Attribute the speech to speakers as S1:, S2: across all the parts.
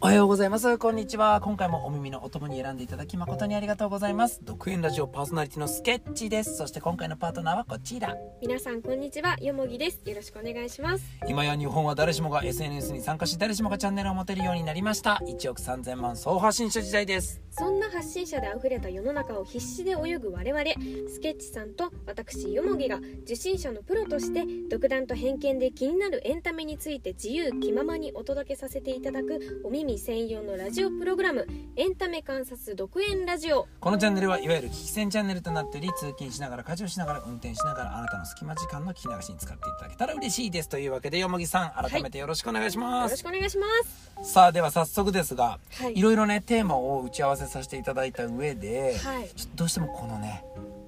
S1: はようございますこんにちは今回もお耳のお供に選んでいただき誠にありがとうございます独演ラジオパーソナリティのスケッチですそして今回のパートナーはこちら
S2: 皆さんこんにちはよもぎですよろしくお願いします
S1: 今や日本は誰しもが SNS に参加し誰しもがチャンネルを持てるようになりました1億3000万総発信者時代です
S2: そんな発信者であふれた世の中を必死で泳ぐ我々スケッチさんと私よもぎが受信者のプロとして独断と偏見で気になるエンタメについて自由気ままにお届けさせていただくお耳専用のラジオプログラムエンタメ観察独演ラジオ
S1: このチャンネルはいわゆる聞き戦チャンネルとなっており通勤しながら家事をしながら運転しながらあなたの隙間時間の聞き流しに使っていただけたら嬉しいですというわけでよもぎさん改めてよろしくお願いし
S2: よ
S1: ま
S2: ろ
S1: す
S2: し、くお願いします
S1: さあでは早速ですが、
S2: はい
S1: いろいろねテーマを打ち合わせさせていただいた上で、
S2: はい
S1: ちょっとどうしてもこのね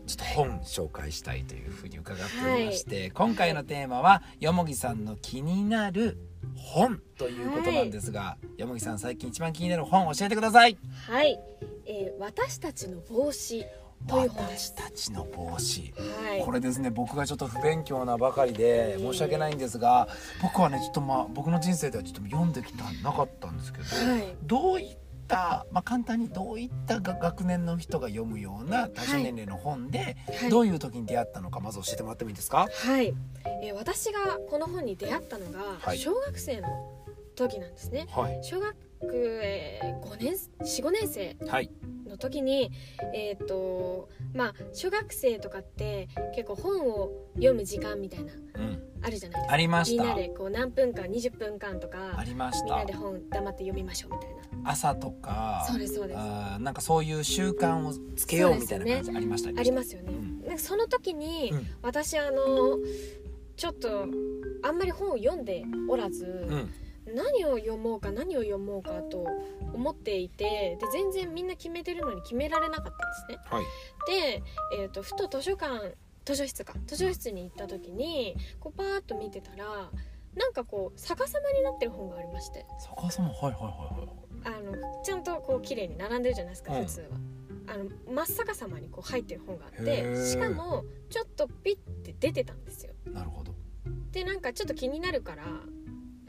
S1: ちょっと本紹介したいというふうに伺っておりまして、今回のテーマはよもぎさんの気になる本ということなんですが、よもぎさん最近一番気になる本教えてください
S2: はい、えー私たちの帽子という本です
S1: 私たちの帽子
S2: はい
S1: これですね僕がちょっと不勉強なばかりで申し訳ないんですが僕はねちょっとまあ僕の人生ではちょっと読んできたなかったんですけど、
S2: はい
S1: どういった、まあ、簡単にどういったが学年の人が読むような多種年齢の本で、
S2: はい
S1: どういう時に出会ったのかまず教えてもらってもいいですか、
S2: はい、えー私がこの本に出会ったのが
S1: はい
S2: 小学生の時なんですね、
S1: はい
S2: 小学、え5年45年生
S1: はい
S2: の時にえっ、とまあ小学生とかって結構本を読む時間みたいな
S1: うん、
S2: あるじゃないですか
S1: ありまし
S2: みん
S1: た
S2: なでこう何分間20分間と
S1: あ
S2: か
S1: りまし
S2: みんな
S1: た
S2: で本黙って読みましょうみたいな
S1: 朝とか
S2: そうですそうです
S1: あーなんかそういう習慣をつけようみたいな感じありました
S2: ありますすよね、
S1: うん
S2: なんかその時に、
S1: うん
S2: 私あのちょっとあんまり本を読んでおらず、
S1: うん
S2: 何を読もうか何を読もうかと思っていてで全然みんな決めてるのに決められなかったんですね。
S1: はい
S2: で、えー、とふと図書館図書室か図書室に行った時にこうパーッと見てたらなんかこう逆さまになってる本がありまして
S1: 逆さまはいはいはいはい
S2: あのちゃんとこう綺麗に並んでるじゃないですか
S1: うん
S2: 普通は。あの真っ逆さまにこう入ってる本があっ
S1: へ
S2: て
S1: ー
S2: しかもちょっとピッて出てたんですよ。
S1: なるほど、
S2: でなんかちょっと気になるから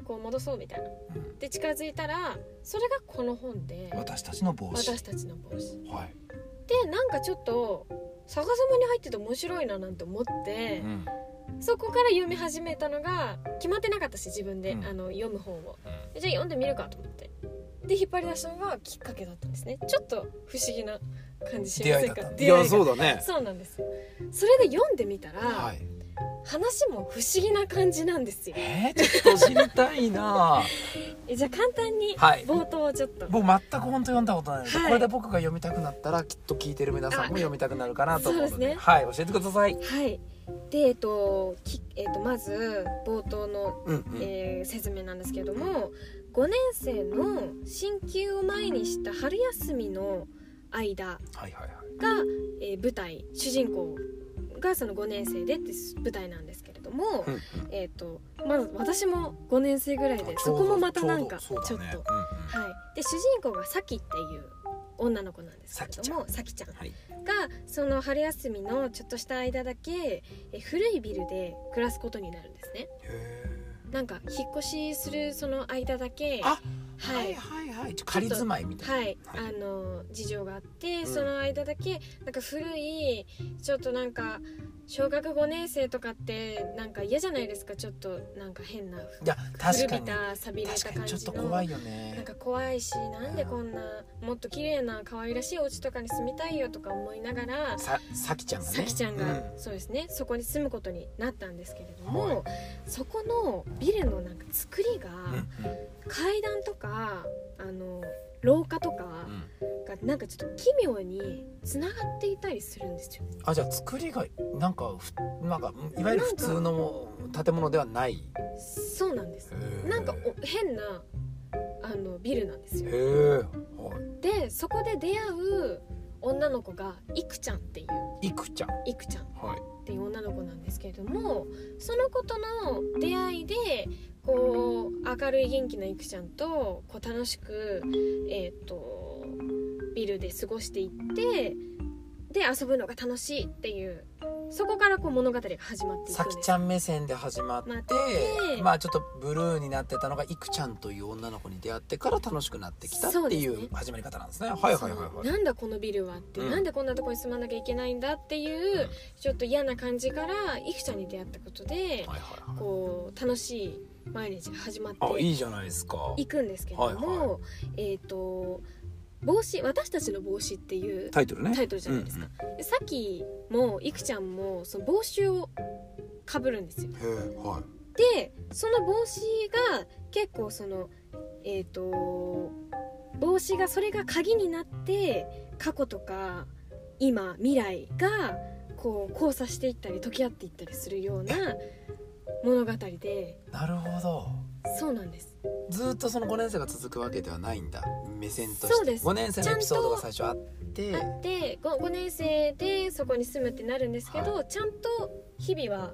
S2: こう戻そうみたいな。
S1: うん、
S2: で近づいたらそれがこの本で
S1: 私たちの帽子
S2: 私たちの帽子
S1: はい、
S2: でなんかちょっと逆さまに入ってて面白いななんて思って
S1: う、ん
S2: そこから読み始めたのが決まってなかったし自分で、
S1: うん
S2: あの読む本をでじゃあ読んでみるかと思ってで引っ張り出したのがきっかけだったんですねちょっと不思議な感じし
S1: 出
S2: ま
S1: 会
S2: せ
S1: いだっ
S2: んか
S1: たんだ
S2: 出会いが
S1: そうだね
S2: そうなんですそれで読んでみたら、
S1: はい
S2: 話も不思議な感じなんですよ
S1: えー、ちょっと知りたいな
S2: えじゃあ簡単に
S1: はい
S2: 冒頭をちょっと、
S1: 僕全く本当読んだことないので、
S2: はい
S1: これで僕が読みたくなったらきっと聞いてる皆さんも読みたくなるかなと思うので
S2: そうですね
S1: はい教えてください、
S2: はい。で、えっと、きえっと、まず冒頭の、
S1: うんうん
S2: えー説明なんですけども5年生の進級を前にした春休みの間
S1: はいはいはい
S2: が、えー舞台主人公がその5年生でって舞台なんですけれども、
S1: うんうん
S2: えっとまず私も5年生ぐらいで
S1: あち
S2: そ
S1: ょうど
S2: こもまたなんかち
S1: ち
S2: ょ
S1: ょ
S2: っ
S1: うど
S2: と、
S1: そうだねうんうん
S2: はい、で主人公がサキっていう女の子なんですけれどもサキちゃん
S1: はい
S2: がその春休みのちょっとした間だけえ古いビルで暮らすことになるんですね
S1: へ
S2: なんか引っ越しするその間だけ
S1: あー
S2: はい
S1: はいはいちょ仮住まいみたいな
S2: はい、
S1: はい
S2: あの事情があって、
S1: ん
S2: その間だけなんか古いちょっとなんか小学5年生とかってなんか嫌じゃないですかちょっとなんか変ない
S1: や確
S2: 古
S1: か
S2: び
S1: に
S2: た錆びれた
S1: 確か
S2: 感
S1: にちょっ
S2: じ
S1: と
S2: の
S1: 怖いよ
S2: なん
S1: ね
S2: か怖いしなんでこんなもっと綺麗な可愛らしいお家とかに住みたいよとか思いながら
S1: ささきちゃんがね
S2: さきちゃんが、
S1: う
S2: そうですねそこに住むことになったんですけれども、
S1: はい
S2: そこのビルのなんか作りが、
S1: うん
S2: 階段とかあの廊下とか
S1: うんうん
S2: がなんかちょっと奇妙につながっていたりするんですよ。
S1: あじゃあ作りがなんかふなんかいわゆる普通の建物ではない
S2: そうなんです。なんかお変なあのビルなんです
S1: へ
S2: よ。
S1: え
S2: でそこで出会う女の子がいくちゃんっていう
S1: いくちゃん
S2: いくちゃん
S1: はい
S2: っていう女の子なんですけれどもその子との出会いでこう明るい元気ないくちゃんとこう楽しく、えー、とビルで過ごしていってで遊ぶのが楽しいっていうそこからこう物語が始まっていく
S1: さ
S2: ん
S1: き
S2: で
S1: ち
S2: す
S1: ゃん目線で始まって
S2: まって
S1: まあちょっとブルーになってたのがいくちゃんという女の子に出会ってから楽しくなってきたって
S2: そう
S1: い
S2: ですね
S1: う始まり方なんですね。はいはいはい
S2: そう
S1: はい。
S2: なんだこのビルはっていう、
S1: うん
S2: なんでこんなとこに住まなきゃいけないんだっていう、
S1: うん
S2: ちょっと嫌な感じからいくちゃんに出会ったことで、
S1: はいはいはい
S2: こう楽しい毎日が始まっ
S1: あい
S2: て
S1: いじゃないですか。
S2: いくんですけれども、
S1: はいは
S2: えっ、と帽子私たちの帽子っていう
S1: タイトルね。
S2: タイトルじゃないですか、でさっきもいくちゃんもその帽子をかぶるんですよ
S1: うんうん。へえはい。
S2: でその帽子が結構そのえっ、と帽子がそれが鍵になって過去とか今未来がこう交差していったり解き合っていったりするような物語で
S1: なるほど。
S2: そうなんです
S1: ずっとその5年生が続くわけではないんだ目線として
S2: そうです
S1: 5年生のエピソードが最初あって
S2: あってご 5, 年生でそこに住むってなるんですけど、
S1: は
S2: ちゃんと日々は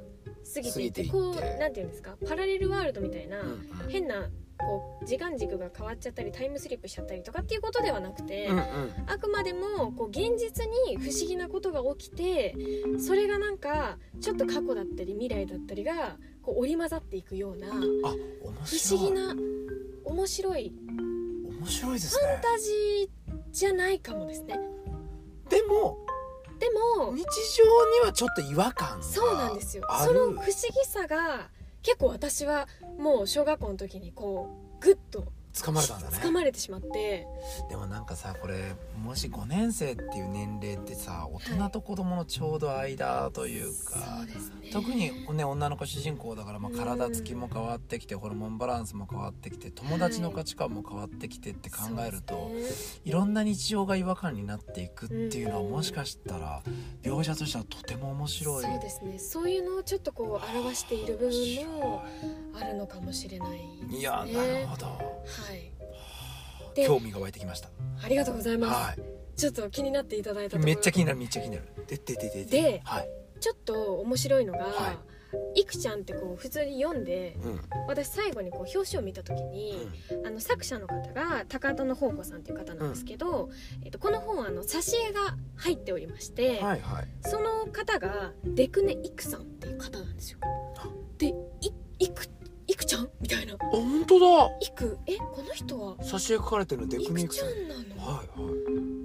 S2: 過ぎていっ
S1: 過ぎてい
S2: て
S1: って
S2: こうなんていうんですかパラレルワールドみたいな、
S1: うんうん
S2: 変なこう時間軸が変わっちゃったりタイムスリップしちゃったりとかっていうことではなくて、
S1: うんうん
S2: あくまでもこう現実に不思議なことが起きてそれがなんかちょっと過去だったり未来だったりがこう織り交ざっていくような
S1: あ面
S2: 不
S1: 白い
S2: 思議な面白い
S1: 面白いですね
S2: ファンタジーじゃないかもですね。
S1: でも
S2: でも
S1: 日常にはちょっと違和感が
S2: そうなんですよ
S1: あ
S2: そ
S1: る
S2: の不思議さが結構私はもう小学校の時にこうグッと
S1: 掴まれたんだ
S2: 掴
S1: ね
S2: まれてしまって
S1: でもなんかさこれもし5年生っていう年齢ってさ大人と子供のちょうど間というか、
S2: そうですね
S1: 特にね女の子主人公だから、まあ、
S2: うん
S1: 体つきも変わってきてホルモンバランスも変わってきて友達の価値観も変わってきてって考えると、
S2: そうですね
S1: いろんな日常が違和感になっていくっていうのはもしかしたら描写としてはとても面白い。
S2: そうですねそういうのをちょっとこう表している部分も
S1: 面
S2: あるのかもしれないです
S1: 白
S2: ね
S1: いいやなるほど、
S2: はいで
S1: 興味が湧いてきました。
S2: ありがとうございます、
S1: は
S2: ちょっと気になっていただいた
S1: い。
S2: と思
S1: め
S2: い
S1: っ
S2: ま
S1: ちゃ
S2: す
S1: 気になるめっちゃ気になる。でででで
S2: で
S1: はい。
S2: ちょっと面白いのが、、
S1: はい
S2: くちゃんってこう普通に読んで
S1: うんうん
S2: 私最後にこう表紙を見た時に、あの作者の方が高田の宝子さんという方なんですけど、えっと、この本はあの挿絵が入っておりまして、
S1: はいはい。
S2: その方がデクネ・イクさんっていう方なんですよ
S1: あ。
S2: でいいくいくちゃんみたいな
S1: あ本当だ。
S2: いくえこの人は
S1: 挿絵書かれてるデ
S2: い
S1: ク
S2: く
S1: ニク
S2: ち
S1: ス
S2: ゃ。んなの
S1: はいは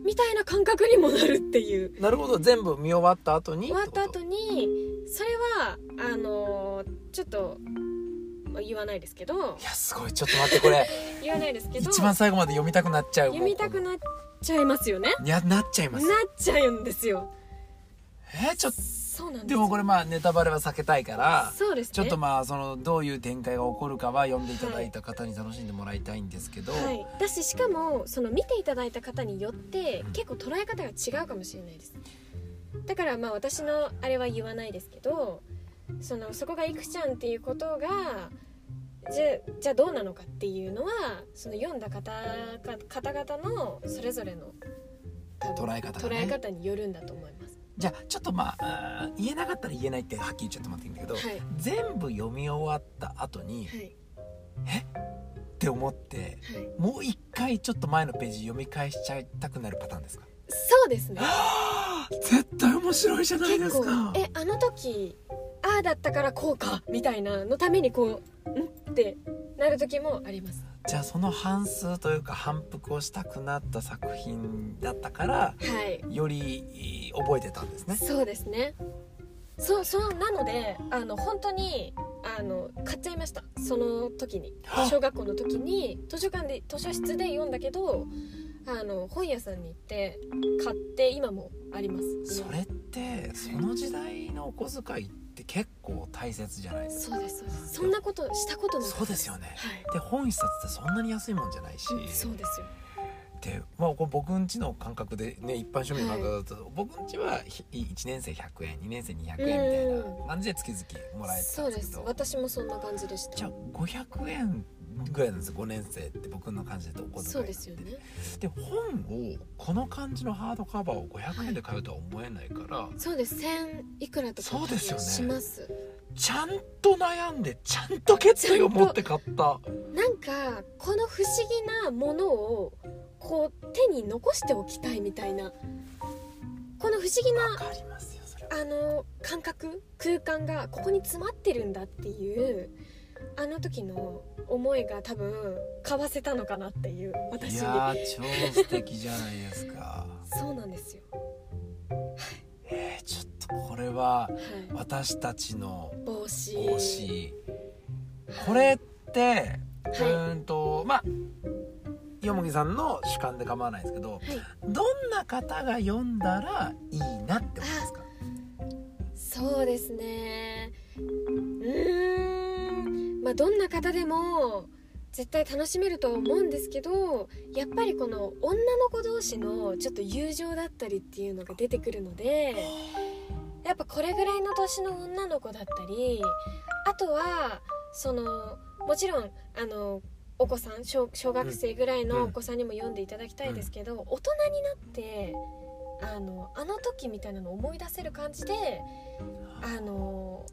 S2: みたいな感覚にもなるっていう
S1: い。なるほど全部見終わった後に。
S2: 終わった後にそれはあのーちょっと、まあ、言わないですけど
S1: いやすごいちょっと待ってこれ
S2: 言わない ですけど
S1: 一番最後まで読みたくなっちゃう。
S2: 読みたくなっちゃいますよね
S1: いやなっちゃいま
S2: なっ
S1: す。
S2: ちゃうんですよ
S1: えーちょっと
S2: そうなんです
S1: で
S2: よ
S1: もこれまあネタバレは避けたいから。
S2: そうですね
S1: ちょっとまあそのどういう展開が起こるかは読んでいただいた方に楽しんでもらいたいんですけど、
S2: はい、だししかもその見ていただいた方によって
S1: うん
S2: 結構捉え方が違うかもしれないですだからまあ私のあれは言わないですけどそのそこがいくちゃんっていうことがじゃじゃあどうなのかっていうのはその読んだ方か方々のそれぞれの多分
S1: 捉え方が
S2: 捉
S1: ね
S2: え方によるんだと思います
S1: じゃあちょっとまああー言えなかったら言えないってはっきり言っちゃってもらっていいんだけど、
S2: はい
S1: 全部読み終わった後に
S2: はい
S1: って思って
S2: はい
S1: もう一回ちょっと前のページ読み返しちゃいたくなるパターンですか
S2: そうですね
S1: 絶対面白いじゃないで
S2: 結
S1: す
S2: 構
S1: か
S2: えあの時ああだったからこうかみたいなのためにこうんってなる時もあります
S1: じゃあその反数というか反復をしたくなった作品だったから
S2: はい
S1: より覚えてたんですね
S2: そうですねそうそうなのであの本当にあの買っちゃいましたその時に
S1: は
S2: 小学校の時に図書館で図書室で読んだけどあの本屋さんに行って買って今もあります
S1: それってその時代のお小遣いって結構大切じゃないですか
S2: そうですそうですそんなことしたことなかった
S1: そうですよね
S2: はい
S1: で本一冊ってそんなに安いもんじゃないし
S2: そうですよ
S1: で、まあ、これ僕んちの感覚でね一般庶民の感覚だと、僕んちはひ1年生100円2年生200円みたいな感じで月々もらえてたん
S2: そう
S1: で
S2: です
S1: け
S2: す
S1: ど
S2: 私もそんな感じでした
S1: じゃあ500円ぐらいなんですよ5年生って僕の感じだとお小遣い
S2: そうですよね
S1: で本をこの感じのハードカバーを500円で買うとは思えないから、
S2: そうです1000いくらとか
S1: そうですよね
S2: します
S1: ちゃんと悩んでちゃんと決意を持って買った
S2: なんかこの不思議なものをこう手に残しておきたいみたいなこの不思議
S1: わ
S2: な
S1: かりますよそれ
S2: あの感覚空間がここに詰まってるんだっていうあの時の思いが多分買わせたのかなっていう
S1: い
S2: 私
S1: やー超素敵じゃないですか
S2: そうなんですよ
S1: えー、ちょっとこれは
S2: はい
S1: 私たちの
S2: 帽子
S1: 帽子これってう
S2: はいは
S1: ーんとまあよもぎさんの主観で構わないですけど
S2: い
S1: どんな方が読んだらいいなって思いますか
S2: そうですねうーんまあどんな方でも絶対楽しめると思うんですけどやっぱりこの女の子同士のちょっと友情だったりっていうのが出てくるのでやっぱこれぐらいの年の女の子だったりあとはそのもちろんあのお子さん小小学生ぐらいのお子さんにも読んでいただきたいですけど、大人になってあのあの時みたいなのを思い出せる感じであの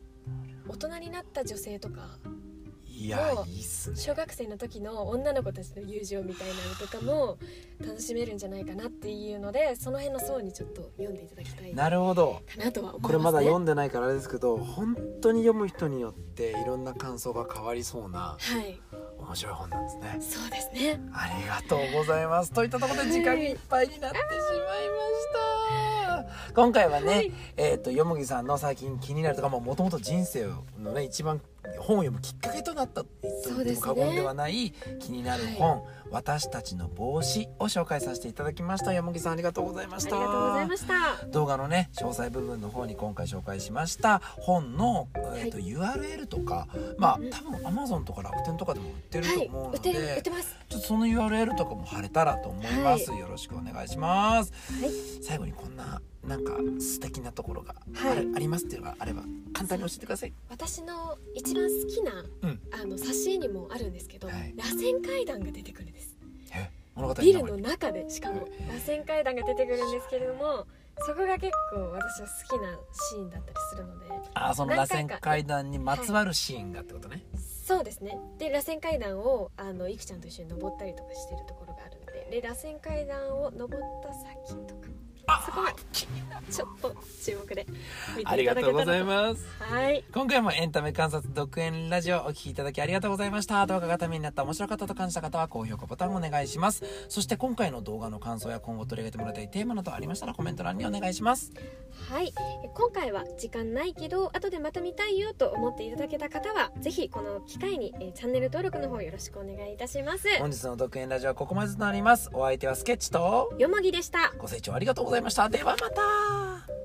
S2: 大人になった女性とか
S1: いや
S2: もう
S1: いいっすね
S2: 小学生の時の女の子たちの友情みたいなのとかも楽しめるんじゃないかなっていうのでその辺の層にちょっと読んでいただきたいか
S1: なるほど
S2: なとは思います、ね、
S1: これまだ読んでないからあれですけど本当に読む人によっていろんな感想が変わりそうな
S2: はい
S1: 面白い本なんですね
S2: そうですね
S1: ありがとうございますといったところで時間
S2: はい
S1: いっぱいになってしまいました今回はね、
S2: はい
S1: えっ、とよもぎさんの最近気になるとかももともと人生のね一番本を読むきっかけとなったと言
S2: う
S1: って
S2: で
S1: も
S2: すね
S1: 過言ではない気になる本、私たちの帽子を紹介させていただきましたよもぎさんありがとうございま
S2: あ
S1: し
S2: り
S1: た
S2: がとうございました
S1: 動画のね詳細部分の方に今回紹介しました本の、えーと URL とかまあ
S2: うん
S1: 多分 Amazon とか楽天とかでも売ってると
S2: はい
S1: 思う
S2: 売
S1: の
S2: っ
S1: で、
S2: てる売ってます
S1: ちょっとその URL とかも貼れたらと思います、よろしくお願いします、
S2: はい
S1: 最後にこんななんか素敵なところがあ,、
S2: はい
S1: ありますっていうのがあれば簡単に教えてください
S2: 私の一番好きな、
S1: うん
S2: あの挿絵にもあるんですけど、
S1: はい
S2: 螺旋階段が出てくるんです
S1: え物語の
S2: ビル
S1: 中
S2: の
S1: に
S2: 中でしかも螺旋階段が出てくるんですけれどもそこが結構私は好きなシーンだったりするので
S1: あーその螺
S2: 何回
S1: 旋
S2: か
S1: 階段にまつわるシーンがってことね、
S2: そうですねで螺旋階段をあのいくちゃんと一緒に登ったりとかしてるところがあるのでで螺旋階段を登った先とかそこはちょっと注目で見ていただけた
S1: ありがとうござい
S2: す
S1: ます
S2: はい
S1: 今回もエンタメ観察独演ラジオお聞きいただきありがとうございました動画がためになった面白かったと感じた方は高評価ボタンをお願いしますそして今回の動画の感想や今後取り上げてもらいたいテーマなどありましたらコメント欄にお願いします
S2: はい、え今回は時間ないけど後でまた見たいよと思っていただけた方はぜひこの機会に、えーチャンネル登録の方よろしくお願いいたします
S1: 本日の独演ラジオはここまでとなりますお相手はスケッチと
S2: よもぎでした
S1: ご清聴ありがとうございましたではまた